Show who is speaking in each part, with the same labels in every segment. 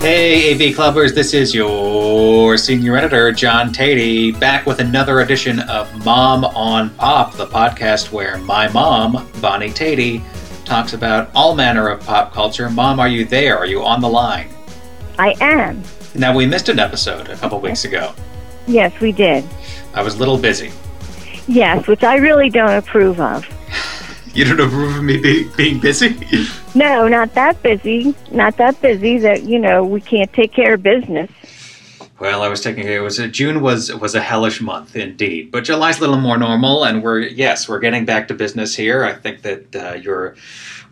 Speaker 1: AV Clubbers, this is your senior editor, John Tatey, back with another edition of Mom on Pop, the podcast where my mom, Bonnie Tatey, talks about all manner of pop culture. Mom, are you there? Are you on the line?
Speaker 2: I am.
Speaker 1: Now, we missed an episode a couple weeks ago.
Speaker 2: Yes, we did.
Speaker 1: I was a little busy.
Speaker 2: Yes, which I really don't approve of.
Speaker 1: You don't approve of me be- being busy?
Speaker 2: No, not that busy. Not that busy that, you know, we can't take care of business.
Speaker 1: Well, I was taking it was uh, June was was a hellish month indeed, but July's a little more normal, and we're yes, we're getting back to business here. I think that uh, your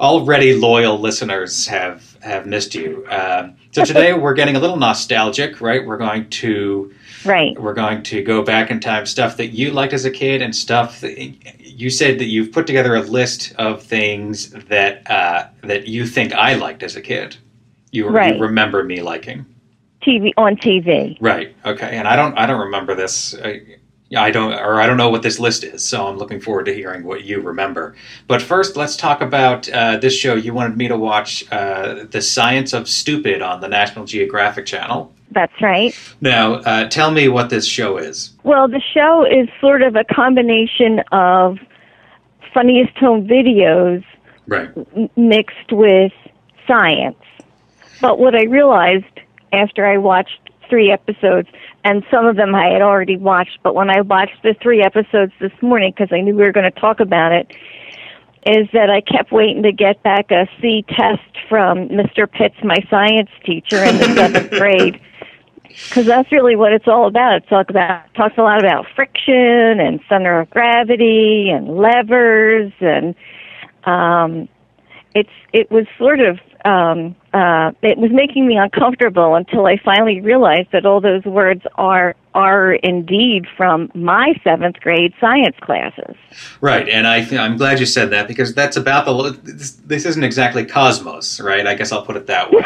Speaker 1: already loyal listeners have have missed you. Um, so today we're getting a little nostalgic, right? We're going to
Speaker 2: Right.
Speaker 1: we're going to go back in time, stuff that you liked as a kid, and stuff that you said that you've put together a list of things that uh, that you think I liked as a kid. You,
Speaker 2: Right.
Speaker 1: you remember me liking.
Speaker 2: TV on TV.
Speaker 1: Right. Okay. And I don't. I don't remember this. I, I don't, or I don't know what this list is. So I'm looking forward to hearing what you remember. But first, let's talk about uh, this show. You wanted me to watch uh, "The Science of Stupid" on the National Geographic Channel.
Speaker 2: That's right.
Speaker 1: Now, uh, tell me what this show is.
Speaker 2: Well, the show is sort of a combination of funniest home videos
Speaker 1: Right.
Speaker 2: m- mixed with science. But what I realized after I watched three episodes, and some of them I had already watched, but when I watched the three episodes this morning, because I knew we were going to talk about it, is that I kept waiting to get back a C test from Mr. Pitts, my science teacher in the seventh grade. Because that's really what it's all about. It talk about talks a lot about friction and center of gravity and levers and um, it's it was sort of um, uh, it was making me uncomfortable until I finally realized that all those words are are indeed from my seventh grade science classes.
Speaker 1: Right. And I, th- I'm glad you said that because that's about the. lo- This, this isn't exactly Cosmos, right? I guess I'll put it that way.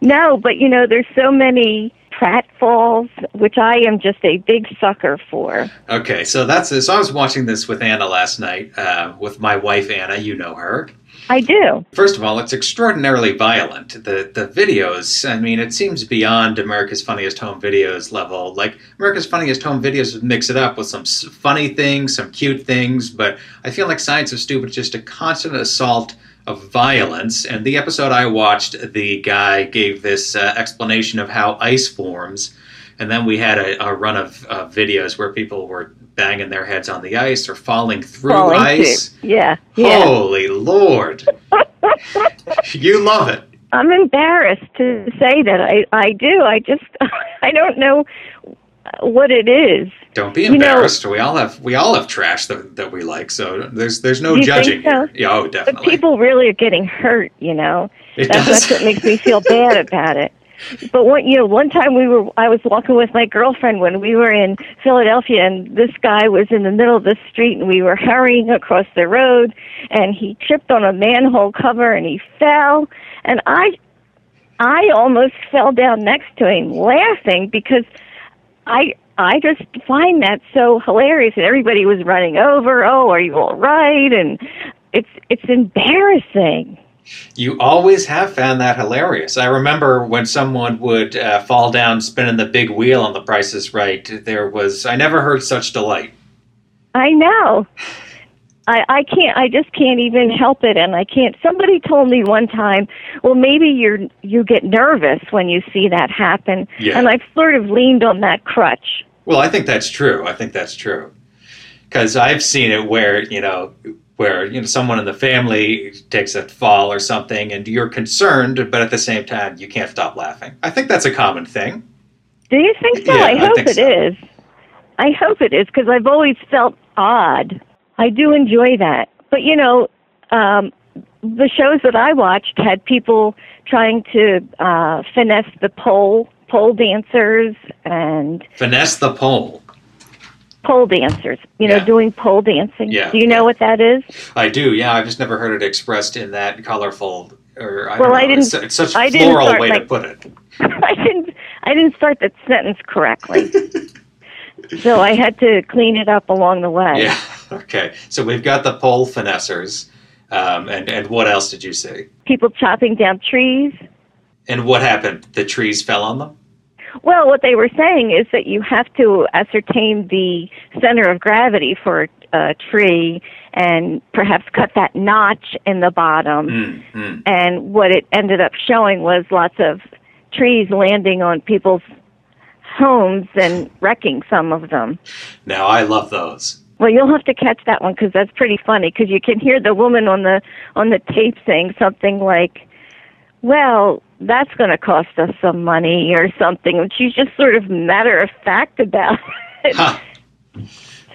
Speaker 2: No, but you know, there's so many pratfalls, which I am just a big sucker for.
Speaker 1: Okay, so that's so I was watching this with Anna last night uh, with my wife Anna. You know her.
Speaker 2: I do.
Speaker 1: First of all, it's extraordinarily violent. The the videos. I mean, it seems beyond America's Funniest Home Videos level. Like America's Funniest Home Videos would mix it up with some s- funny things, some cute things, but I feel like Science of Stupid is just a constant assault of violence. And the episode I watched, the guy gave this uh, explanation of how ice forms. And then we had a, a run of uh, videos where people were banging their heads on the ice or falling through
Speaker 2: Falling
Speaker 1: ice. Oh.
Speaker 2: too. Yeah. Yeah.
Speaker 1: Holy Lord. you love it.
Speaker 2: I'm embarrassed to say that I I do. I just I don't know what it is.
Speaker 1: Don't be
Speaker 2: You know-
Speaker 1: embarrassed. we all have we all have trash that, that we like, so there's there's no
Speaker 2: You think
Speaker 1: judging
Speaker 2: so?
Speaker 1: here. Yeah, oh
Speaker 2: But
Speaker 1: definitely.
Speaker 2: people really are getting hurt, you know.
Speaker 1: it
Speaker 2: That's, that's what makes me feel bad about it. But one, you know, one time we were, I was walking with my girlfriend when we were in Philadelphia, and this guy was in the middle of the street, and we were hurrying across the road, and he tripped on a manhole cover, and he fell, and I, I almost fell down next to him, laughing because I. I just find that so hilarious, and everybody was running over. Oh, are you all right? And it's it's embarrassing.
Speaker 1: You always have found that hilarious. I remember when someone would uh, fall down spinning the big wheel on The Price is Right. There was I never heard such delight.
Speaker 2: I know. I, I can't. I just can't even help it, and I can't. Somebody told me one time, well, maybe you're you get nervous when you see that happen,
Speaker 1: Yeah.
Speaker 2: and I've sort of leaned on that crutch.
Speaker 1: Well, I think that's true. I think that's true. Because I've seen it where, you know, where you know someone in the family takes a fall or something and you're concerned but at the same time you can't stop laughing i think that's a common thing
Speaker 2: Do you think so?
Speaker 1: Yeah,
Speaker 2: I
Speaker 1: I
Speaker 2: hope
Speaker 1: think
Speaker 2: it is.
Speaker 1: so.
Speaker 2: I hope it is because I've always felt odd. I do enjoy that, but you know, um, the shows that I watched had people trying to uh, finesse the pole pole dancers and
Speaker 1: finesse the pole
Speaker 2: pole dancers. You know,
Speaker 1: Yeah.
Speaker 2: doing pole dancing.
Speaker 1: Yeah,
Speaker 2: Do you know
Speaker 1: yeah.
Speaker 2: what that is?
Speaker 1: i do yeah i've just never heard it expressed in that colorful or I
Speaker 2: Well,
Speaker 1: don't know,
Speaker 2: I didn't-
Speaker 1: it's, it's such
Speaker 2: I didn't
Speaker 1: floral
Speaker 2: start
Speaker 1: way
Speaker 2: my-
Speaker 1: to put it
Speaker 2: I didn't. I didn't start that sentence correctly, so I had to clean it up along the way.
Speaker 1: yeah okay so we've got the pole finessers um, and and what else did you say
Speaker 2: People chopping down trees.
Speaker 1: And what happened? The trees fell on them?
Speaker 2: Well, what they were saying is that you have to ascertain the center of gravity for a tree and perhaps cut that notch in the bottom.
Speaker 1: Mm,
Speaker 2: hmm.
Speaker 1: mm.
Speaker 2: And what it ended up showing was lots of trees landing on people's homes and wrecking some of them.
Speaker 1: Now, I love those.
Speaker 2: Well, you'll have to catch that one because that's pretty funny because you can hear the woman on the on the tape saying something like, "Well, that's going to cost us some money or something," and she's just sort of matter of fact about it.
Speaker 1: Huh.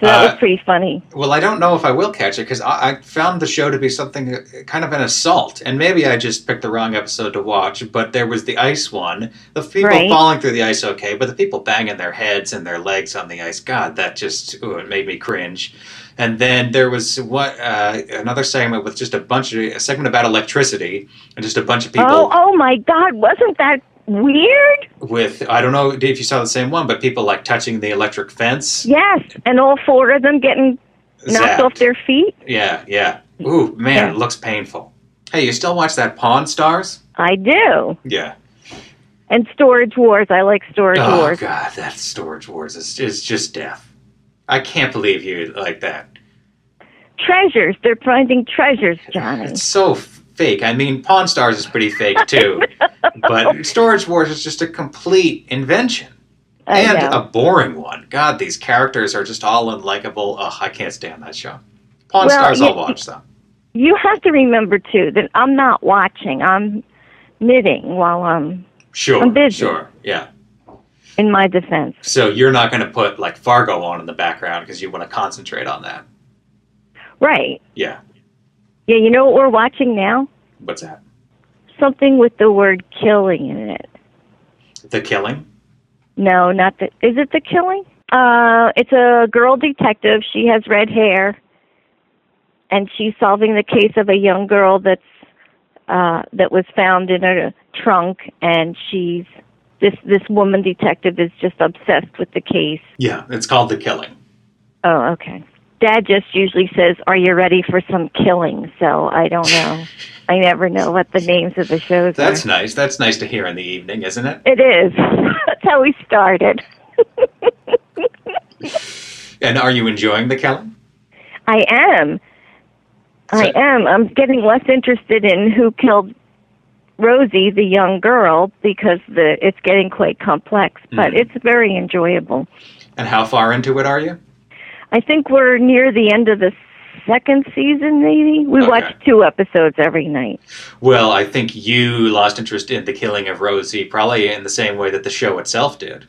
Speaker 2: So that
Speaker 1: Uh,
Speaker 2: was pretty funny.
Speaker 1: Well, I don't know if I will catch it because I, I found the show to be something uh, kind of an assault, and maybe I just picked the wrong episode to watch. But there was the ice one, the people
Speaker 2: Right.
Speaker 1: falling through the ice, okay, but the people banging their heads and their legs on the ice, God, that just ooh, it made me cringe. And then there was what uh, another segment with just a bunch of a segment about electricity and just a bunch of people
Speaker 2: Oh, oh my God! Wasn't that weird?
Speaker 1: with I don't know if you saw the same one, but people like touching the electric fence.
Speaker 2: Yes, and all four of them getting knocked
Speaker 1: Zapped.
Speaker 2: off their feet.
Speaker 1: Yeah, yeah. Ooh, man,
Speaker 2: Yeah.
Speaker 1: it looks painful. Hey, you still watch that Pawn Stars?
Speaker 2: I do.
Speaker 1: Yeah.
Speaker 2: And Storage Wars. I like Storage
Speaker 1: Oh
Speaker 2: Wars.
Speaker 1: god, that Storage Wars is is just death. I can't believe you like that.
Speaker 2: Treasures. They're finding treasures, Johnny.
Speaker 1: It's so f- fake. I mean, Pawn Stars is pretty fake too, but Storage Wars is just a complete invention
Speaker 2: I
Speaker 1: and
Speaker 2: know.
Speaker 1: a boring one. God, these characters are just all unlikable. Ugh, I can't stand that show. Pawn
Speaker 2: Well,
Speaker 1: Stars,
Speaker 2: you-
Speaker 1: I'll watch though.
Speaker 2: You have to remember too that I'm not watching. I'm knitting while I'm
Speaker 1: Sure,
Speaker 2: I'm busy.
Speaker 1: sure, yeah.
Speaker 2: in my defense.
Speaker 1: So you're not going to put like Fargo on in the background because you want to concentrate on that.
Speaker 2: Right.
Speaker 1: Yeah,
Speaker 2: Yeah, you know what we're watching now?
Speaker 1: what's that?
Speaker 2: Something with the word killing in it.
Speaker 1: The Killing.
Speaker 2: No, not the is it the killing? Uh it's a girl detective. She has red hair and she's solving the case of a young girl that's uh that was found in a trunk and she's this this woman detective is just obsessed with the case.
Speaker 1: Yeah, it's called The Killing.
Speaker 2: Oh, okay. Dad just usually says, "Are you ready for some killing?" So I don't know. I never know what the names of the shows
Speaker 1: That's
Speaker 2: are.
Speaker 1: nice. That's nice to hear in the evening, isn't it?
Speaker 2: It is. That's how we started.
Speaker 1: And are you enjoying the Kellen?
Speaker 2: I am. I
Speaker 1: So-
Speaker 2: am. I'm getting less interested in who killed Rosie, the young girl, because the it's getting quite complex. But
Speaker 1: Mhm.
Speaker 2: it's very enjoyable.
Speaker 1: And how far into it are you?
Speaker 2: I think we're near the end of the second season. Maybe we
Speaker 1: Okay.
Speaker 2: watch two episodes every night.
Speaker 1: Well, I think you lost interest in the killing of Rosie, probably in the same way that the show itself did.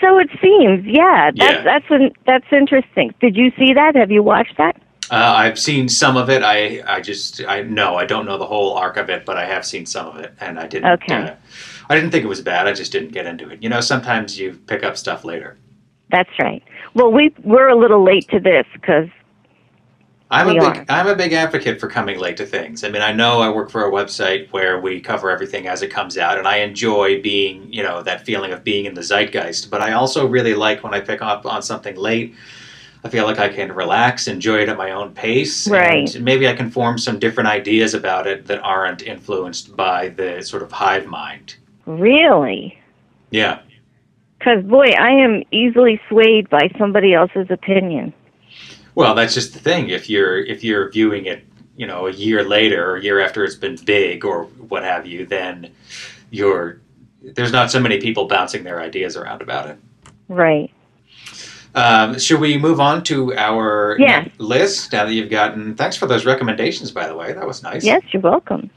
Speaker 2: So it seems, yeah. That's
Speaker 1: Yeah.
Speaker 2: that's an, that's interesting. Did you see that? Have you watched that?
Speaker 1: Uh, I've seen some of it. I, I just, I no, I don't know the whole arc of it, but I have seen some of it, and I didn't.
Speaker 2: Okay.
Speaker 1: uh, I didn't think it was bad. I just didn't get into it. You know, sometimes you pick up stuff later.
Speaker 2: That's right. Well, we we're a little late to this because
Speaker 1: I'm
Speaker 2: We
Speaker 1: a
Speaker 2: are.
Speaker 1: big I'm a big advocate for coming late to things. I mean, I know I work for a website where we cover everything as it comes out, and I enjoy being, you know, that feeling of being in the zeitgeist. But I also really like when I pick up on something late. I feel like I can relax, enjoy it at my own pace,
Speaker 2: Right.
Speaker 1: and maybe I can form some different ideas about it that aren't influenced by the sort of hive mind.
Speaker 2: really,
Speaker 1: Yeah.
Speaker 2: because boy, I am easily swayed by somebody else's opinion.
Speaker 1: Well, that's just the thing. If you're if you're viewing it, you know, a year later or a year after it's been big or what have you, then you're there's not so many people bouncing their ideas around about it.
Speaker 2: Right.
Speaker 1: Um, should we move on to our
Speaker 2: Yes.
Speaker 1: list now that you've gotten? Thanks for those recommendations, by the way. That was nice.
Speaker 2: Yes, you're welcome.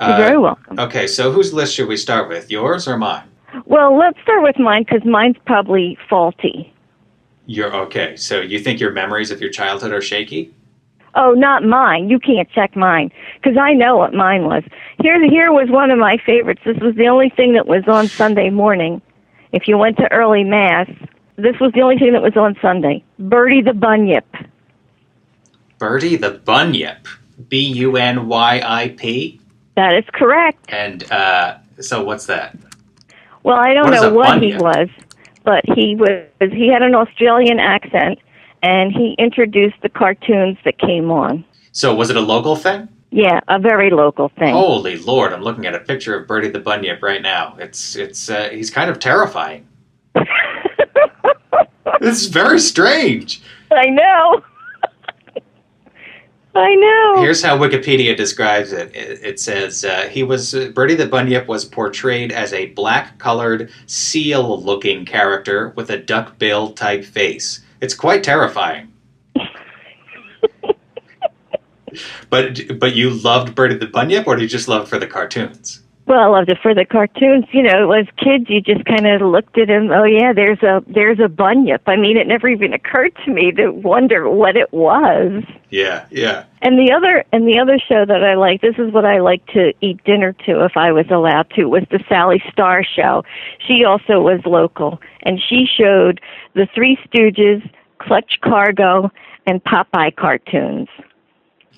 Speaker 2: You're
Speaker 1: Uh,
Speaker 2: very welcome.
Speaker 1: okay, so whose list should we start with? Yours or mine?
Speaker 2: Well, let's start with mine because mine's probably faulty.
Speaker 1: You're okay. So you think your memories of your childhood are shaky?
Speaker 2: Oh, not mine. You can't check mine because I know what mine was. Here, here was one of my favorites. This was the only thing that was on Sunday morning. If you went to early mass, this was the only thing that was on Sunday. Birdie the Bunyip.
Speaker 1: Birdie the Bunyip, B U N Y I P.
Speaker 2: That is correct.
Speaker 1: And uh, so, what's that?
Speaker 2: Well, I don't
Speaker 1: What is
Speaker 2: know
Speaker 1: a
Speaker 2: what he
Speaker 1: bunyip?
Speaker 2: was, but he was. He had an Australian accent, and he introduced the cartoons that came on.
Speaker 1: So, was it a local thing?
Speaker 2: Yeah, a very local thing.
Speaker 1: Holy Lord! I'm looking at a picture of Bertie the Bunyip right now. It's it's uh, he's kind of terrifying. this is very strange.
Speaker 2: I know. I know.
Speaker 1: Here's how Wikipedia describes it. It, it says uh, he was uh, Bertie the Bunyip was portrayed as a black-colored seal-looking character with a duck bill type face. It's quite terrifying. but but you loved Bertie the Bunyip, or do you just love it for the cartoons?
Speaker 2: Well, I loved it for the cartoons. You know, as kids, you just kind of looked at him. Oh yeah, there's a there's a bunyip. I mean, it never even occurred to me to wonder what it was.
Speaker 1: Yeah, yeah.
Speaker 2: And the other and the other show that I liked, this is what I like to eat dinner to if I was allowed to, was the Sally Star show. She also was local, and she showed the Three Stooges, Clutch Cargo, and Popeye cartoons.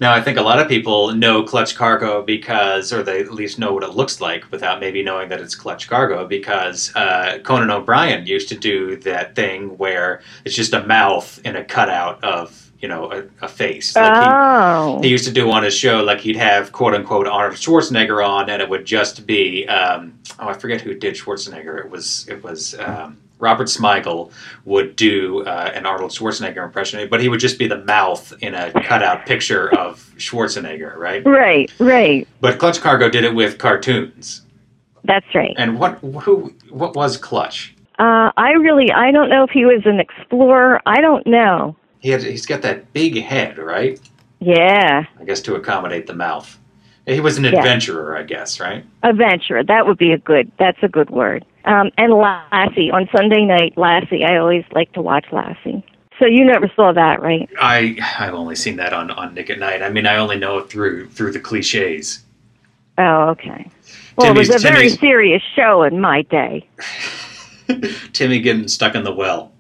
Speaker 1: Now, I think a lot of people know clutch cargo because, or they at least know what it looks like without maybe knowing that it's clutch cargo because uh, Conan O'Brien used to do that thing where it's just a mouth in a cutout of, you know, a, a face.
Speaker 2: oh,
Speaker 1: He used to do on his show, like he'd have quote unquote Arnold Schwarzenegger on, and it would just be, um, oh, I forget who did Schwarzenegger. It was, it was, um, Robert Smigel would do uh, an Arnold Schwarzenegger impression, but he would just be the mouth in a cutout picture of Schwarzenegger, right?
Speaker 2: right, right.
Speaker 1: But Clutch Cargo did it with cartoons.
Speaker 2: That's right.
Speaker 1: And what who what was Clutch?
Speaker 2: Uh, I really, I don't know if he was an explorer. I don't know.
Speaker 1: He had he's got that big head, right?
Speaker 2: Yeah,
Speaker 1: I guess to accommodate the mouth. He was an
Speaker 2: Yeah.
Speaker 1: adventurer, I guess, right?
Speaker 2: adventurer. That would be a good. That's a good word. Um, and Lassie on Sunday night. Lassie. I always like to watch Lassie. So you never saw that, right?
Speaker 1: I I've only seen that on, on Nick at Night. I mean, I only know it through through the cliches.
Speaker 2: Oh, okay. Well, it
Speaker 1: Timmy's-
Speaker 2: was a very
Speaker 1: Timmy's-
Speaker 2: serious show in my day.
Speaker 1: Timmy getting stuck in the well,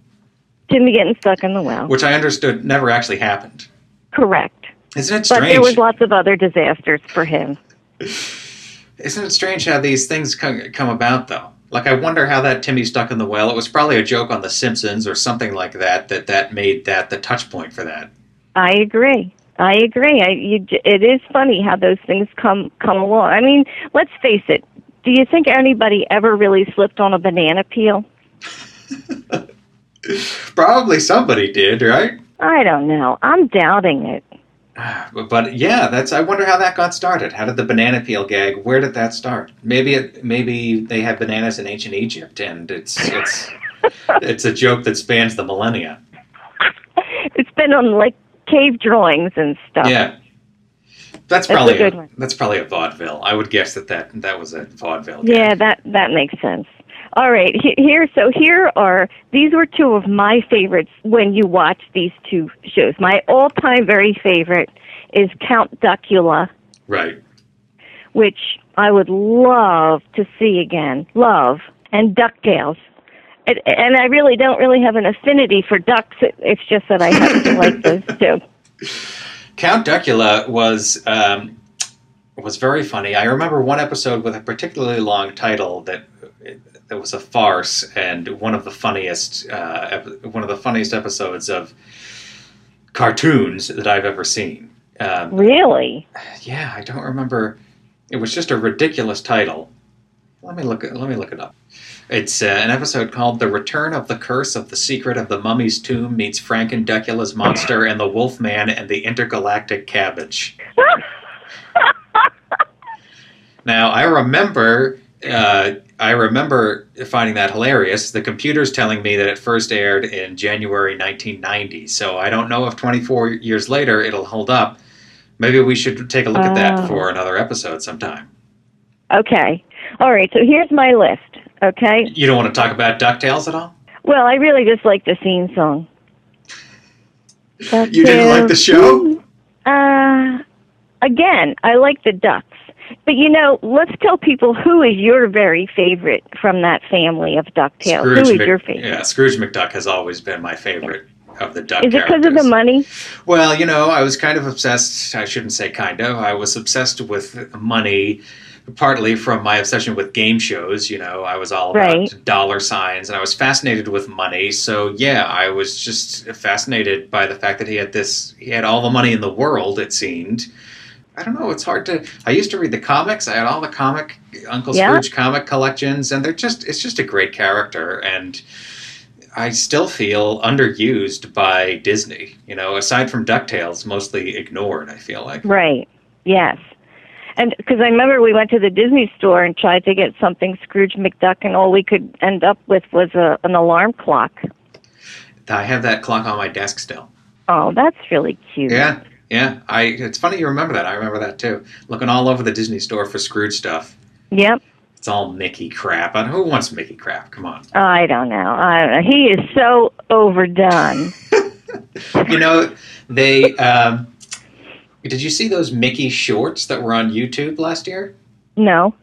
Speaker 2: Timmy getting stuck in the well.
Speaker 1: which I understood never actually happened.
Speaker 2: Correct.
Speaker 1: Isn't it
Speaker 2: But
Speaker 1: strange?
Speaker 2: there was lots of other disasters for him.
Speaker 1: Isn't it strange how these things come, come about, though? Like, I wonder how that Timmy stuck in the well. It was probably a joke on The Simpsons or something like that that that made that the touch point for that.
Speaker 2: I agree. I agree. I, you, j- it is funny how those things come come along. I mean, let's face it. Do you think anybody ever really slipped on a banana peel?
Speaker 1: Probably somebody did, right?
Speaker 2: I don't know. I'm doubting it.
Speaker 1: But, but yeah, that's. I wonder how that got started. How did the banana peel gag? Where did that start? Maybe it. Maybe they had bananas in ancient Egypt, and it's it's it's a joke that spans the millennia.
Speaker 2: It's been on like cave drawings and stuff.
Speaker 1: Yeah, that's
Speaker 2: a
Speaker 1: probably
Speaker 2: good one.
Speaker 1: that's probably a vaudeville. I would guess that that, that was a vaudeville. gag.
Speaker 2: Yeah, that that makes sense. All right, he- here so here are these were two of my favorites when you watch these two shows. My all-time very favorite is Count Duckula,
Speaker 1: Right.
Speaker 2: which I would love to see again. Love and DuckTales. And, and I really don't really have an affinity for ducks. It- It's just that I happen to like those two.
Speaker 1: Count Duckula was um, was very funny. I remember one episode with a particularly long title that that was a farce and one of the funniest uh, ep- one of the funniest episodes of cartoons that I've ever seen. Um,
Speaker 2: Really?
Speaker 1: yeah, I don't remember. It was just a ridiculous title. Let me look. it- Let me look it up. It's uh, an episode called "The Return of the Curse of the Secret of the Mummy's Tomb Meets Frank and Decula's Monster and the Wolfman and the Intergalactic Cabbage." now I remember. Uh, I remember finding that hilarious. The computer's telling me that it first aired in January 1990, so I don't know if 24 years later it'll hold up. Maybe we should take a look at that
Speaker 2: Oh.
Speaker 1: for another episode sometime.
Speaker 2: Okay. All right, so here's my list, okay?
Speaker 1: You don't want to talk about DuckTales at all?
Speaker 2: Well, I really just like the theme song.
Speaker 1: You didn't like the show?
Speaker 2: Uh, again, I like the ducks. But you know, let's tell people who is your very favorite from that family of DuckTales. who is
Speaker 1: Mc-
Speaker 2: your favorite?
Speaker 1: Yeah, Scrooge McDuck has always been my favorite of the Duck
Speaker 2: Is it because of the
Speaker 1: characters.
Speaker 2: money?
Speaker 1: Well, you know, I was kind of obsessed. I shouldn't say kind of. I was obsessed with money, partly from my obsession with game shows. You know, I was all about
Speaker 2: Right.
Speaker 1: dollar signs and I was fascinated with money. So, yeah, I was just fascinated by the fact that he had this, he had all the money in the world, it seemed. I don't know. It's hard to. I used to read the comics. I had all the comic Uncle
Speaker 2: Yeah.
Speaker 1: Scrooge comic collections, and they're just. It's just a great character, and I still feel underused by Disney. You know, aside from Ducktales, mostly ignored. I feel like.
Speaker 2: Right. Yes. And because I remember we went to the Disney store and tried to get something Scrooge McDuck, and all we could end up with was a, an alarm clock.
Speaker 1: I have that clock on my desk still.
Speaker 2: Oh, that's really cute.
Speaker 1: Yeah, yeah. I. It's funny you remember that. I remember that too. Looking all over the Disney store for Scrooge stuff.
Speaker 2: Yep.
Speaker 1: It's all Mickey crap. And who wants Mickey crap? Come on.
Speaker 2: I don't know. I don't know. He is so overdone.
Speaker 1: You know, they. Um, did you see those Mickey shorts that were on YouTube last year?
Speaker 2: No.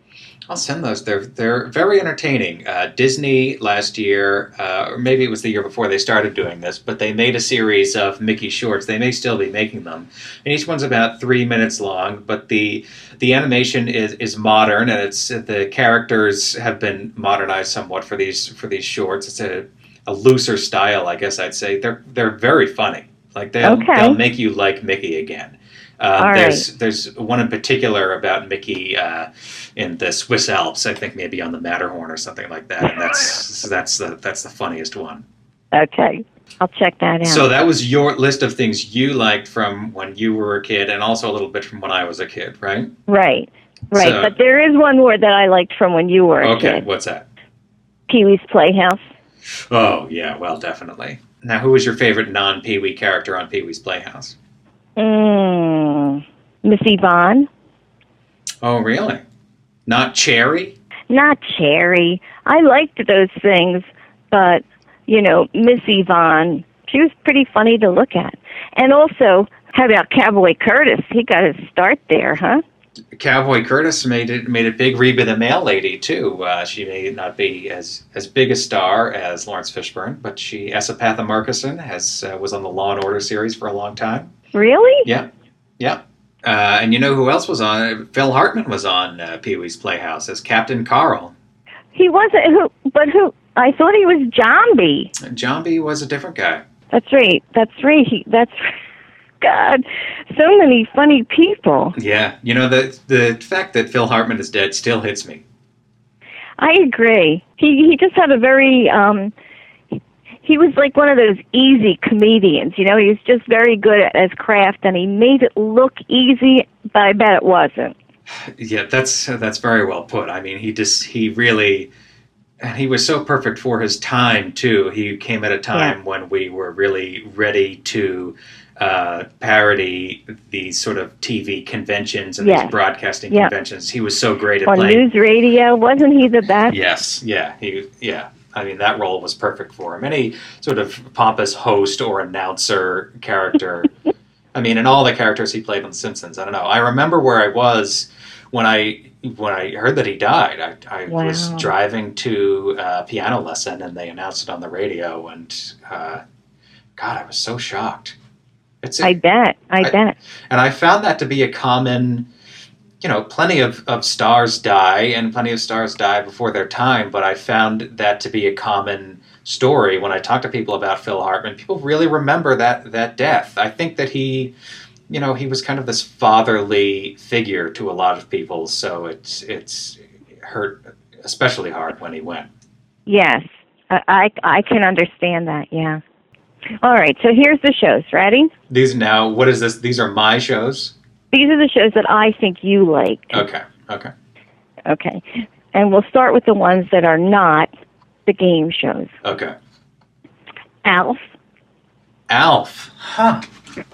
Speaker 1: I'll send those. They're they're very entertaining. Uh, Disney last year, uh, or maybe it was the year before they started doing this, but they made a series of Mickey shorts. They may still be making them, and each one's about three minutes long. But the the animation is is modern, and it's the characters have been modernized somewhat for these for these shorts. It's a a looser style, I guess I'd say. They're they're very funny. Like they'll
Speaker 2: Okay.
Speaker 1: they'll make you like Mickey again. Uh,
Speaker 2: All
Speaker 1: there's there's one in particular about Mickey. Uh, in the Swiss Alps, I think maybe on the Matterhorn or something like that. And that's that's the that's the funniest one.
Speaker 2: Okay. I'll check that out.
Speaker 1: So that was your list of things you liked from when you were a kid, and also a little bit from when I was a kid, right?
Speaker 2: right. Right.
Speaker 1: So-
Speaker 2: but there is one word that I liked from when you were a
Speaker 1: okay,
Speaker 2: kid
Speaker 1: what's that?
Speaker 2: Pee Wee's Playhouse.
Speaker 1: Oh yeah, well definitely. Now, who was your favorite non Pee Wee character on Pee Wee's Playhouse?
Speaker 2: Mm. Miss Yvonne.
Speaker 1: Oh really? Not Cherry?
Speaker 2: Not Cherry. I liked those things, but, you know, Miss Yvonne, she was pretty funny to look at. And also, how about Cowboy Curtis? He got his start there, huh?
Speaker 1: Cowboy Curtis made it made a big Reba the Mail Lady too. Uh, she may not be as as big a star as Lawrence Fishburne, but she Esapatha Markison has uh, was on the Law and Order series for a long time.
Speaker 2: Really?
Speaker 1: Yeah, yeah. Uh, and you know who else was on? Phil Hartman was on uh, Pee Wee's Playhouse as Captain Carl.
Speaker 2: He wasn't who, but who? I thought he was Zombie.
Speaker 1: And John B was a different guy.
Speaker 2: That's right. That's right. He, that's God. So many funny people.
Speaker 1: Yeah, you know the the fact that Phil Hartman is dead still hits me.
Speaker 2: I agree. He he just had a very um. He was like one of those easy comedians, you know. He was just very good at his craft, and he made it look easy, but I bet it wasn't.
Speaker 1: Yeah, that's that's very well put. I mean, he just he really and he was so perfect for his time too. He came at a time when we were really ready to uh, parody these sort of TV conventions and
Speaker 2: Yes.
Speaker 1: these broadcasting
Speaker 2: Yeah.
Speaker 1: conventions. He was so great at
Speaker 2: On
Speaker 1: playing.
Speaker 2: news radio, wasn't he the best?
Speaker 1: Yes, yeah, he yeah. I mean, that role was perfect for him. Any sort of pompous host or announcer character. I mean, in all the characters he played on The Simpsons, I don't know. I remember where I was when I when I heard that he died. I, I was
Speaker 2: Wow.
Speaker 1: driving to a piano lesson, and they announced it on the radio. And uh, God, I was so shocked. It's
Speaker 2: I bet. I,
Speaker 1: I-
Speaker 2: bet.
Speaker 1: and I found that to be a common, you know, plenty of, of stars die and plenty of stars die before their time, but I found that to be a common story when I talk to people about Phil Hartman. People really remember that that death. I think that he you know, he was kind of this fatherly figure to a lot of people, so it's it's it hurt especially hard when he went.
Speaker 2: Yes, I, I I can understand that. Yeah. All right. So here's the shows. Ready?
Speaker 1: These now what is this? These are my shows?
Speaker 2: These are the shows that I think you liked.
Speaker 1: Okay. Okay.
Speaker 2: Okay. And we'll start with the ones that are not the game shows.
Speaker 1: Okay.
Speaker 2: Alf.
Speaker 1: Alf. Huh.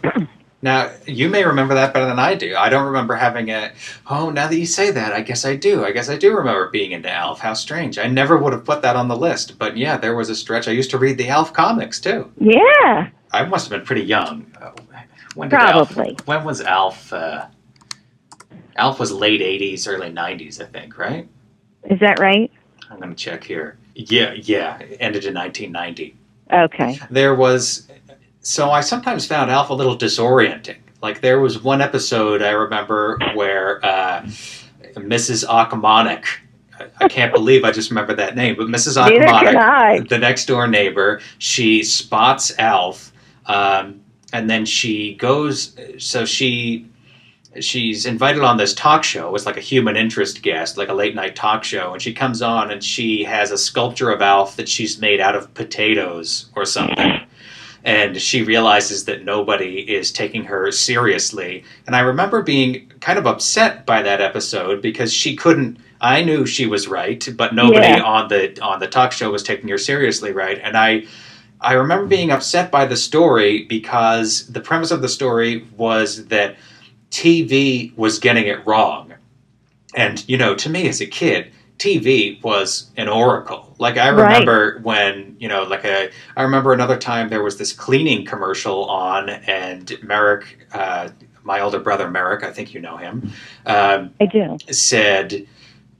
Speaker 1: Now you may remember that better than I do. I don't remember having a. Oh, now that you say that, I guess I do. I guess I do remember being into Alf. How strange! I never would have put that on the list, but yeah, there was a stretch. I used to read the Alf comics too.
Speaker 2: Yeah.
Speaker 1: I must have been pretty young. Uh, When did Alf-
Speaker 2: Probably.
Speaker 1: when was Alf? Uh, Alf was late '80s, early '90s, I think. Right?
Speaker 2: Is that right?
Speaker 1: I'm gonna check here. Yeah, yeah. It ended in 1990.
Speaker 2: Okay.
Speaker 1: there was so i sometimes found alf a little disorienting like there was one episode i remember where uh, mrs akmonic I- I can't believe I just remembered that name, but Mrs.
Speaker 2: Neither can
Speaker 1: Akmonic,
Speaker 2: I.
Speaker 1: the next door neighbor, she spots Alf, um, and then she goes. So she she's invited on this talk show. It's like a human interest guest, like a late night talk show. And she comes on and she has a sculpture of Alf that she's made out of potatoes or something. And she realizes that nobody is taking her seriously. And I remember being kind of upset by that episode because she couldn't. I knew she was right, but nobody
Speaker 2: Yeah.
Speaker 1: on the on the talk show was taking her seriously, right? And I I remember being upset by the story because the premise of the story was that TV was getting it wrong. And, you know, to me as a kid, TV was an oracle. Like, I
Speaker 2: Right.
Speaker 1: remember when, you know, like a, I remember another time there was this cleaning commercial on, and Merrick, uh, my older brother Merrick, I think you know him, um,
Speaker 2: I do.
Speaker 1: said,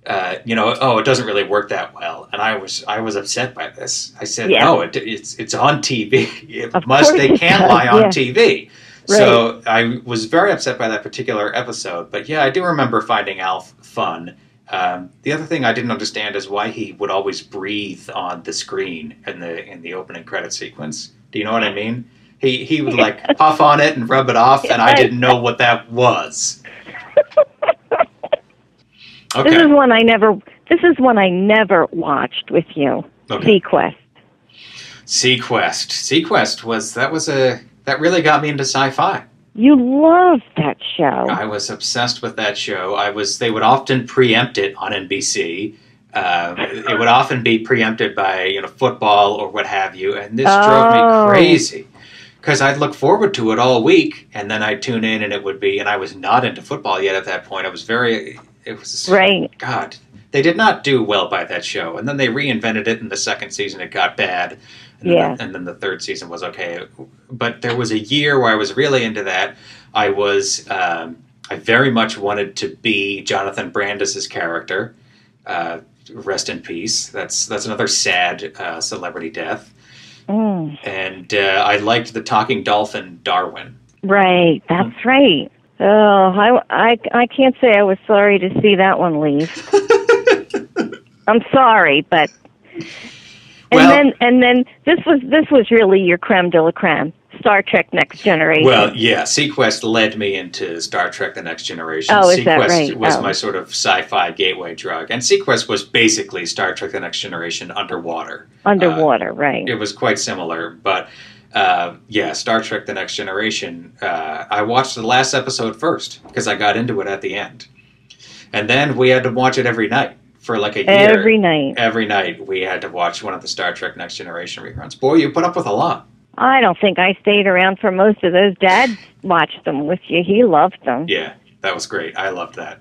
Speaker 1: uh, you know, oh, it doesn't really work that well, and I was I was upset by this. I said,
Speaker 2: Yeah.
Speaker 1: no, it, it's it's on TV. It
Speaker 2: Of
Speaker 1: must
Speaker 2: course
Speaker 1: they
Speaker 2: it
Speaker 1: can
Speaker 2: does,
Speaker 1: lie on
Speaker 2: yeah.
Speaker 1: TV. So I was very upset by that particular episode. But yeah, I do remember finding Alf fun. Um, the other thing I didn't understand is why he would always breathe on the screen in the in the opening credit sequence. Do you know what I mean? He he would like puff on it and rub it off, and I didn't know what that was. Okay.
Speaker 2: This is one I never. This is one I never watched with you.
Speaker 1: Okay.
Speaker 2: Sequest.
Speaker 1: Sequest. Sequest was that was a that really got me into sci-fi.
Speaker 2: You love that show.
Speaker 1: I was obsessed with that show. I was they would often preempt it on NBC. Um, it would often be preempted by you know football or what have you, and this drove
Speaker 2: Oh.
Speaker 1: me crazy because I'd look forward to it all week, and then I'd tune in and it would be. And I was not into football yet at that point. I was very it was
Speaker 2: right.
Speaker 1: God, they did not do well by that show, and then they reinvented it in the second season. It got bad, and,
Speaker 2: Yeah.
Speaker 1: then, and then the third season was okay. But there was a year where I was really into that. I was, um, I very much wanted to be Jonathan Brandis's character. Uh, rest in peace. That's that's another sad uh, celebrity death.
Speaker 2: Mm,
Speaker 1: And uh, I liked the talking dolphin Darwin.
Speaker 2: right.
Speaker 1: Mm.
Speaker 2: That's right. Oh, I, I, I can't say I was sorry to see that one leave. I'm sorry, but and
Speaker 1: Well-
Speaker 2: then and then this was this was really your creme de la creme. Star Trek Next Generation.
Speaker 1: Well, yeah, Sequest led me into Star Trek: The Next Generation.
Speaker 2: Oh, is that
Speaker 1: Sequest
Speaker 2: right?
Speaker 1: was
Speaker 2: Oh.
Speaker 1: my sort of sci-fi gateway drug, and Sequest was basically Star Trek: The Next Generation underwater.
Speaker 2: underwater,
Speaker 1: uh,
Speaker 2: right?
Speaker 1: It was quite similar, but uh, yeah, Star Trek: The Next Generation. Uh, I watched the last episode first because I got into it at the end, and then we had to watch it every night for like a year.
Speaker 2: Every night.
Speaker 1: Every night we had to watch one of the Star Trek: Next Generation reruns. Boy, you put up with a lot.
Speaker 2: I don't think I stayed around for most of those. Dad watched them with you. He loved them.
Speaker 1: Yeah, that was great. I loved that.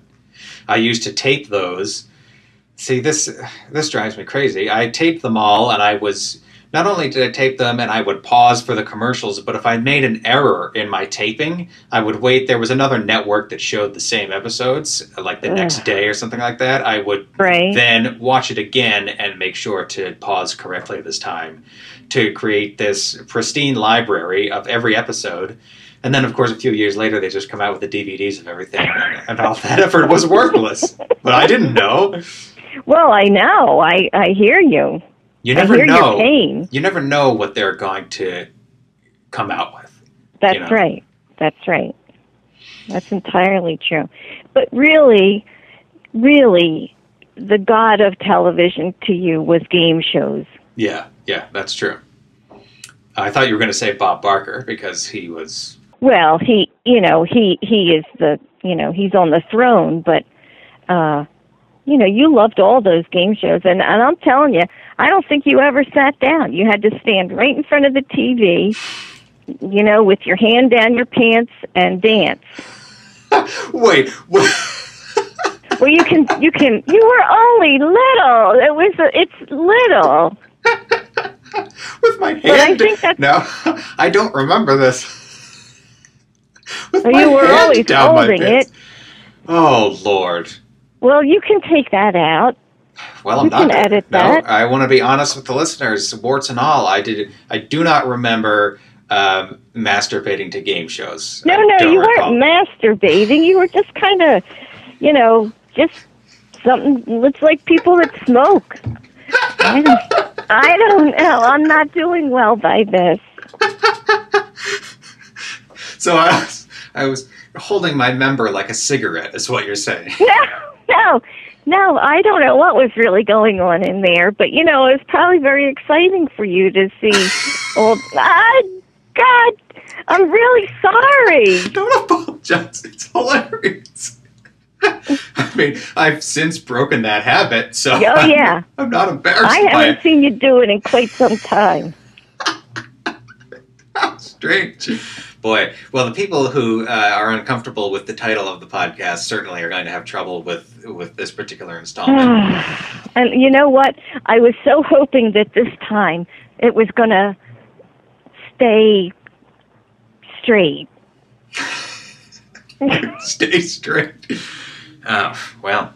Speaker 1: I used to tape those. See, this this drives me crazy. I taped them all, and I was not only did I tape them, and I would pause for the commercials. But if I made an error in my taping, I would wait. There was another network that showed the same episodes, like the next
Speaker 2: Ugh.
Speaker 1: day or something like that. I would
Speaker 2: Right?
Speaker 1: then watch it again and make sure to pause correctly this time to create this pristine library of every episode. And then, of course, a few years later, they just come out with the DVDs of everything, and, and all that effort was worthless. But I didn't know.
Speaker 2: well, I know. I I hear you.
Speaker 1: You
Speaker 2: I
Speaker 1: never
Speaker 2: hear your
Speaker 1: know.
Speaker 2: pain.
Speaker 1: You never know what they're going to come out with.
Speaker 2: That's
Speaker 1: you know.
Speaker 2: right. That's right. That's entirely true. But really, really, the god of television to you was game shows.
Speaker 1: Yeah, yeah, that's true. I thought you were going to say Bob Barker because he was.
Speaker 2: Well, he, you know, he he is the, you know, he's on the throne, but uh, you know, you loved all those game shows and and I'm telling you, I don't think you ever sat down. You had to stand right in front of the TV, you know, with your hand down your pants and dance.
Speaker 1: Wait, what?
Speaker 2: Well, you can, you can. You were only little. It was, it's little.
Speaker 1: with my hand.
Speaker 2: I think that's-
Speaker 1: No, I don't remember this. with
Speaker 2: Well, you were always holding it.
Speaker 1: Oh Lord.
Speaker 2: Well, you can take that out.
Speaker 1: Well,
Speaker 2: You
Speaker 1: I'm not.
Speaker 2: can edit
Speaker 1: no,
Speaker 2: that.
Speaker 1: I want to be honest with the listeners, warts and all. I did. I do not remember um, masturbating to game shows.
Speaker 2: No,
Speaker 1: I
Speaker 2: no,
Speaker 1: don't
Speaker 2: you
Speaker 1: recall.
Speaker 2: weren't masturbating. You were just kind of, you know, just something. It's like people that smoke. I don't, I don't know. I'm not doing well by this.
Speaker 1: So I, was- I was holding my member like a cigarette, is what you're saying.
Speaker 2: No, no, no. I don't know what was really going on in there, but you know, it was probably very exciting for you to see. all, ah, God, I'm really sorry.
Speaker 1: Don't apologize. It's hilarious. I mean, I've since broken that habit, so
Speaker 2: Oh yeah,
Speaker 1: I'm not embarrassed
Speaker 2: I
Speaker 1: by
Speaker 2: haven't
Speaker 1: it.
Speaker 2: seen you do it in quite some time.
Speaker 1: How strange. Boy, well, the people who uh, are uncomfortable with the title of the podcast certainly are going to have trouble with with this particular installment.
Speaker 2: and you know what? I was so hoping that this time it was going to stay straight. Hmm.
Speaker 1: Stay straight. Oh, well,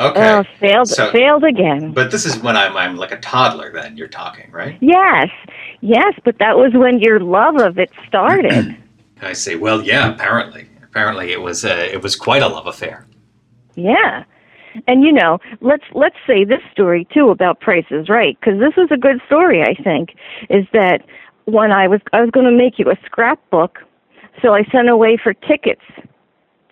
Speaker 1: okay.
Speaker 2: Oh, failed,
Speaker 1: So-
Speaker 2: failed again.
Speaker 1: But this is when I'm, I'm like a toddler, then you're talking, right?
Speaker 2: Yes, yes, but that was when your love of it started.
Speaker 1: And I say, well, yeah, apparently. Apparently, it was, uh, it was quite a love affair.
Speaker 2: yeah. And you know, let's let's say this story too about Price is Right because this is a good story. I think is that when I was I was going to make you a scrapbook, so I sent away for tickets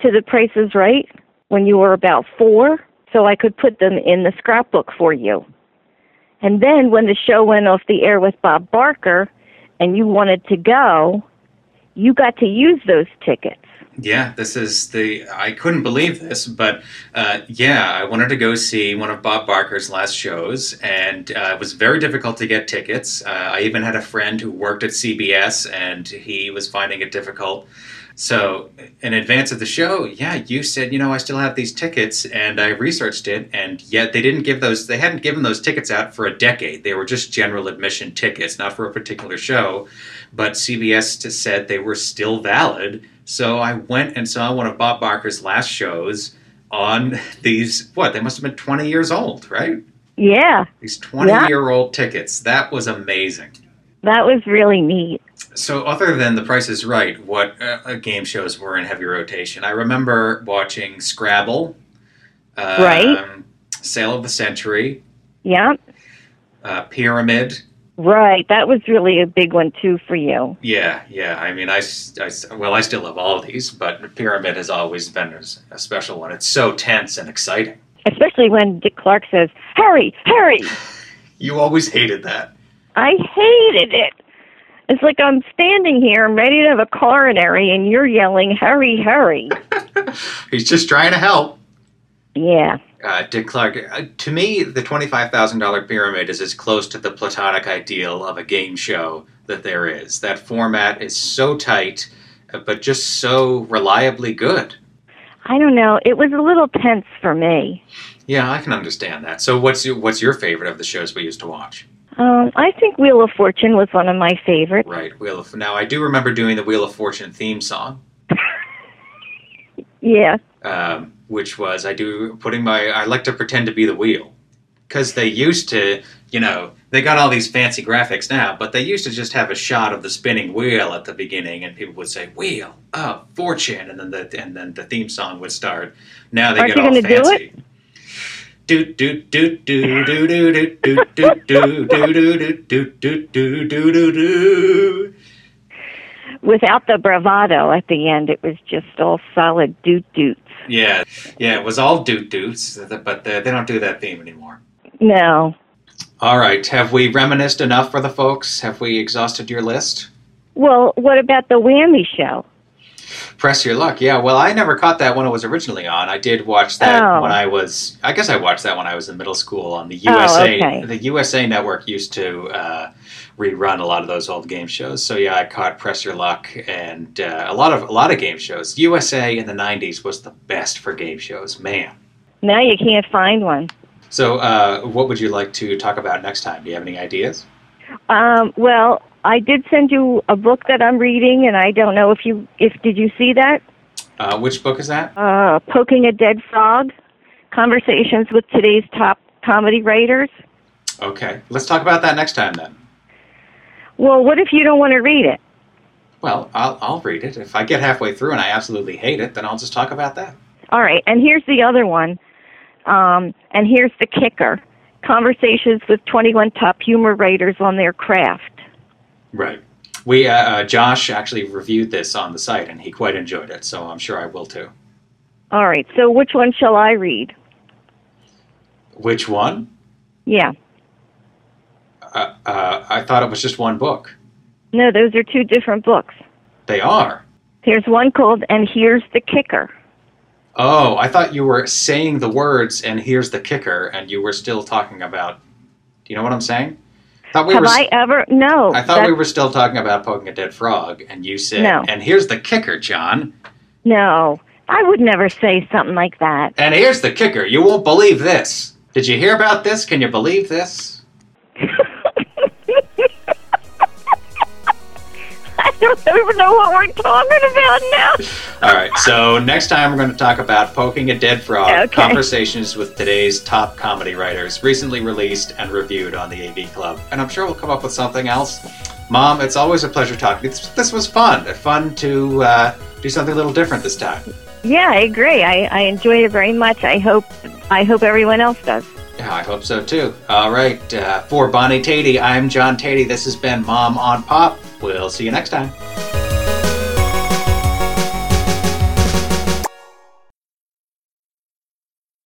Speaker 2: to the Price is Right when you were about four, so I could put them in the scrapbook for you. And then when the show went off the air with Bob Barker, and you wanted to go, you got to use those tickets.
Speaker 1: Yeah, this is the. I couldn't believe this, but uh, yeah, I wanted to go see one of Bob Barker's last shows, and uh, it was very difficult to get tickets. Uh, I even had a friend who worked at CBS, and he was finding it difficult. So, in advance of the show, yeah, you said, you know, I still have these tickets, and I researched it, and yet they didn't give those, they hadn't given those tickets out for a decade. They were just general admission tickets, not for a particular show, but CBS t- said they were still valid. So I went and saw one of Bob Barker's last shows on these, what, they must have been 20 years old, right?
Speaker 2: Yeah,
Speaker 1: These 20 year old tickets. That was amazing.
Speaker 2: that was really neat.
Speaker 1: So, other than The Price is Right, what uh, uh, game shows were in heavy rotation? I remember watching Scrabble, um,
Speaker 2: Right.
Speaker 1: Sale of the Century,
Speaker 2: Yeah,
Speaker 1: uh, Pyramid.
Speaker 2: right. That was really a big one too for you.
Speaker 1: Yeah, yeah. I mean, I, s- I s- well, I still love all of these, but Pyramid has always been a s- a special one. It's so tense and exciting.
Speaker 2: Especially when Dick Clark says, Harry, Harry!
Speaker 1: You always hated that.
Speaker 2: I hated it. It's like I'm standing here, I'm ready to have a coronary, and you're yelling, Harry, Harry.
Speaker 1: He's just trying to help.
Speaker 2: Yeah.
Speaker 1: Uh, Dick Clark, uh, to me, the $25,000 pyramid is as close to the platonic ideal of a game show that there is. That format is so tight, uh, but just so reliably good.
Speaker 2: I don't know. It was a little tense for me.
Speaker 1: Yeah, I can understand that. So, what's your, what's your favorite of the shows we used to watch?
Speaker 2: Um, I think Wheel of Fortune was one of my favorites.
Speaker 1: Right, Wheel of. Now, I do remember doing the Wheel of Fortune theme song,
Speaker 2: Yeah.
Speaker 1: um, which was I do putting my I like to pretend to be the wheel because they used to, you know, they got all these fancy graphics now, but they used to just have a shot of the spinning wheel at the beginning, and people would say "Wheel of Fortune," and then the and then the theme song would start. Now they
Speaker 2: Aren't
Speaker 1: get
Speaker 2: you
Speaker 1: all
Speaker 2: gonna do
Speaker 1: fancy. Do do do do do do do do do do do do do do do do do.
Speaker 2: Without the bravado at the end, it was just all solid doot doots.
Speaker 1: Yeah, yeah, it was all doot doots, but they they don't do that theme anymore.
Speaker 2: No.
Speaker 1: All right. Have we reminisced enough for the folks? Have we exhausted your list?
Speaker 2: Well, what about the Whammy show?
Speaker 1: Press your luck. Yeah. Well, I never caught that when it was originally on. I did watch that
Speaker 2: Oh.
Speaker 1: when I was. I guess I watched that when I was in middle school on the USA.
Speaker 2: Oh, okay.
Speaker 1: The USA Network used to uh, rerun a lot of those old game shows. So yeah, I caught Press Your Luck and uh, a lot of a lot of game shows. USA in the '90s was the best for game shows, man.
Speaker 2: Now you can't find one.
Speaker 1: So, uh, what would you like to talk about next time? Do you have any ideas?
Speaker 2: Um, well, I did send you a book that I'm reading, and I don't know if you if did you see that
Speaker 1: Uh, which book is that?
Speaker 2: uh, poking a dead frog, conversations with today's top comedy writers.
Speaker 1: Okay, let's talk about that next time then.
Speaker 2: Well, what if you don't want to read it?
Speaker 1: Well, I'll, I'll read it. If I get halfway through and I absolutely hate it, then I'll just talk about that.
Speaker 2: All right, and here's the other one, um, and here's the kicker: conversations with 21 top humor writers on their craft.
Speaker 1: Right. We uh, uh, Josh actually reviewed this on the site, and he quite enjoyed it. So I'm sure I will too.
Speaker 2: All right. So which one shall I read?
Speaker 1: Which one?
Speaker 2: Yeah.
Speaker 1: Uh, uh, I thought it was just one book.
Speaker 2: No, those are two different books.
Speaker 1: They are.
Speaker 2: There's one called And Here's the Kicker.
Speaker 1: Oh, I thought you were saying the words, and here's the kicker, and you were still talking about. Do you know what I'm saying? I thought we
Speaker 2: Have
Speaker 1: were.
Speaker 2: I ever? No.
Speaker 1: I thought
Speaker 2: that-
Speaker 1: we were still talking about poking a dead frog, and you said,
Speaker 2: No.
Speaker 1: "And here's the kicker, John.
Speaker 2: No. I would never say something like that.
Speaker 1: And here's the kicker. You won't believe this. Did you hear about this? Can you believe this?"
Speaker 2: I don't even know what we're talking about now.
Speaker 1: All right. So next time we're going to talk about poking a dead frog.
Speaker 2: Okay.
Speaker 1: Conversations with today's top comedy writers, recently released and reviewed on the AV Club, and I'm sure we'll come up with something else. Mom, it's always a pleasure talking. This, this was fun. Fun to uh, do something a little different this time.
Speaker 2: Yeah, I agree. I, I enjoyed it very much. I hope I hope everyone else does.
Speaker 1: Yeah, I hope so too. All right. Uh, for Bonnie Tatey, I'm John Tatey. This has been Mom on Pop. We'll see you next time.